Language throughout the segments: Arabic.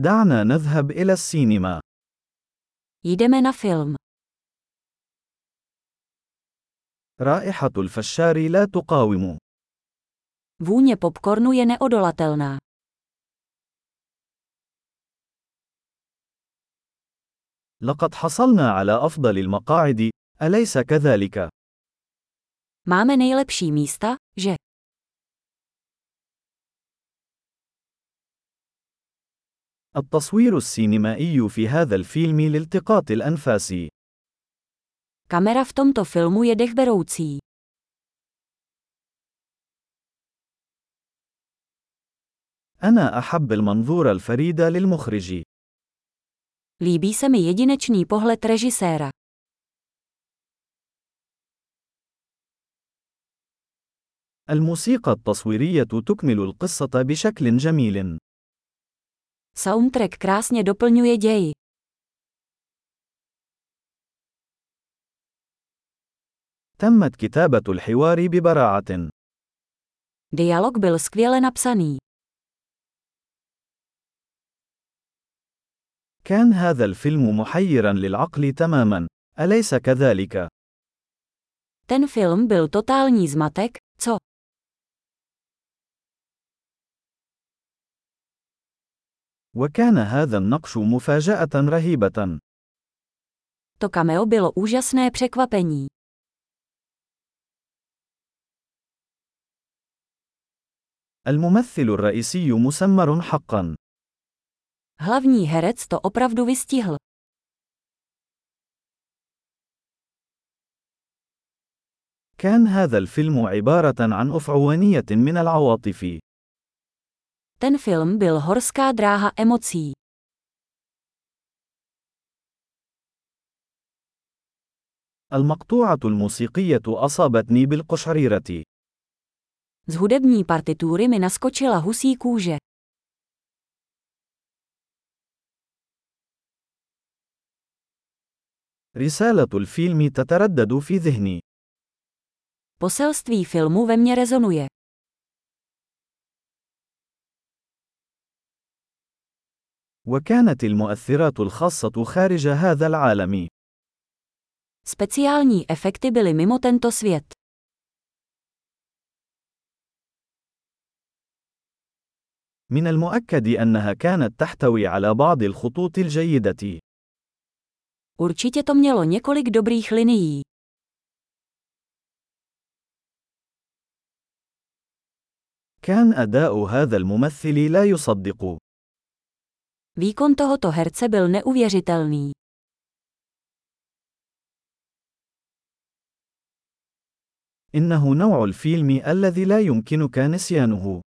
دعنا نذهب إلى السينما. Jdeme na film. رائحة الفشار لا تقاوم. Vůně popcornu je neodolatelná. لقد حصلنا على أفضل المقاعد، أليس كذلك؟ Máme nejlepší místa, že? التصوير السينمائي في هذا الفيلم لالتقاط الأنفاس. Kamera v tomto filmu je dechberoucí. أنا أحب المنظور الفريد للمخرج. Líbí se mi jedinečný pohled režiséra. الموسيقى التصويرية تكمل القصة بشكل جميل. Soundtrack krásně doplňuje ději. تمت كتابة الحوار ببراعة. Dialog byl skvěle napsaný. كان هذا الفيلم محيرا للعقل تماما، أليس كذلك؟ Ten film byl totální zmatek, co? وكان هذا النقش مفاجأة رهيبة. To cameo bylo úžasné překvapení. الممثل الرئيسي مسمر حقا. Hlavní herec to opravdu vystihl. كان هذا الفيلم عبارة عن أفعوانية من العواطف. Ten film byl horská dráha emocí. المقطوعة الموسيقية أصابتني بالقشعريرة. Z hudební partitury mi naskočila husí kůže. رسالة الفيلم تتردد في ذهني. Poselství filmu ve mně rezonuje. وكانت المؤثرات الخاصة خارج هذا العالم. Speciální efekty byly mimo tento svět. من المؤكد أنها كانت تحتوي على بعض الخطوط الجيدة. Určitě to mělo několik dobrých linií. كان أداء هذا الممثل لا يصدق. Výkon tohoto herce byl neuvěřitelný. إنه نوع الفيلم الذي لا يمكنك نسيانه.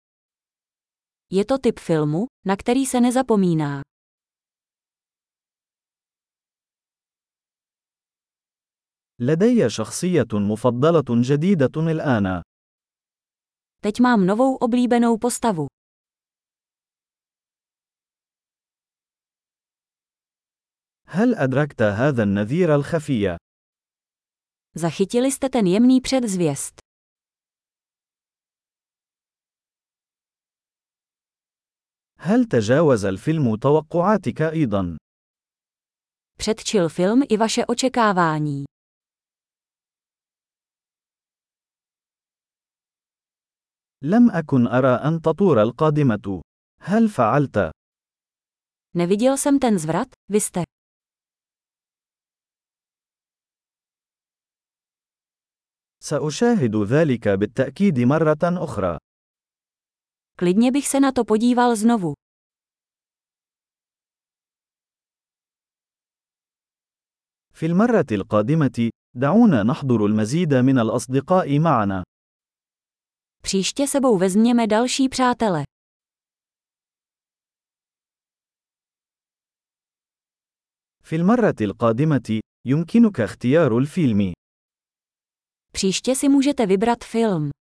Je to typ filmu, na který se nezapomíná. لدي شخصية مفضلة جديدة الآن. Teď mám novou oblíbenou postavu. هل أدركت هذا النذير الخفي؟ Zachytili jste ten jemný předzvěst. هل تجاوز الفيلم توقعاتك أيضا؟ Předčil film i vaše očekávání. لم أكن أرى أن تطور القادمة. هل فعلت؟ Neviděl jsem ten zvrat, vy jste. سأشاهد ذلك بالتأكيد مرة أخرى. Klidně bych se na to podíval znovu. في المرة القادمة، دعونا نحضر المزيد من الأصدقاء معنا. Příště sebou vezměme další přátele. في المرة القادمة، يمكنك اختيار الفيلم. Příště si můžete vybrat film.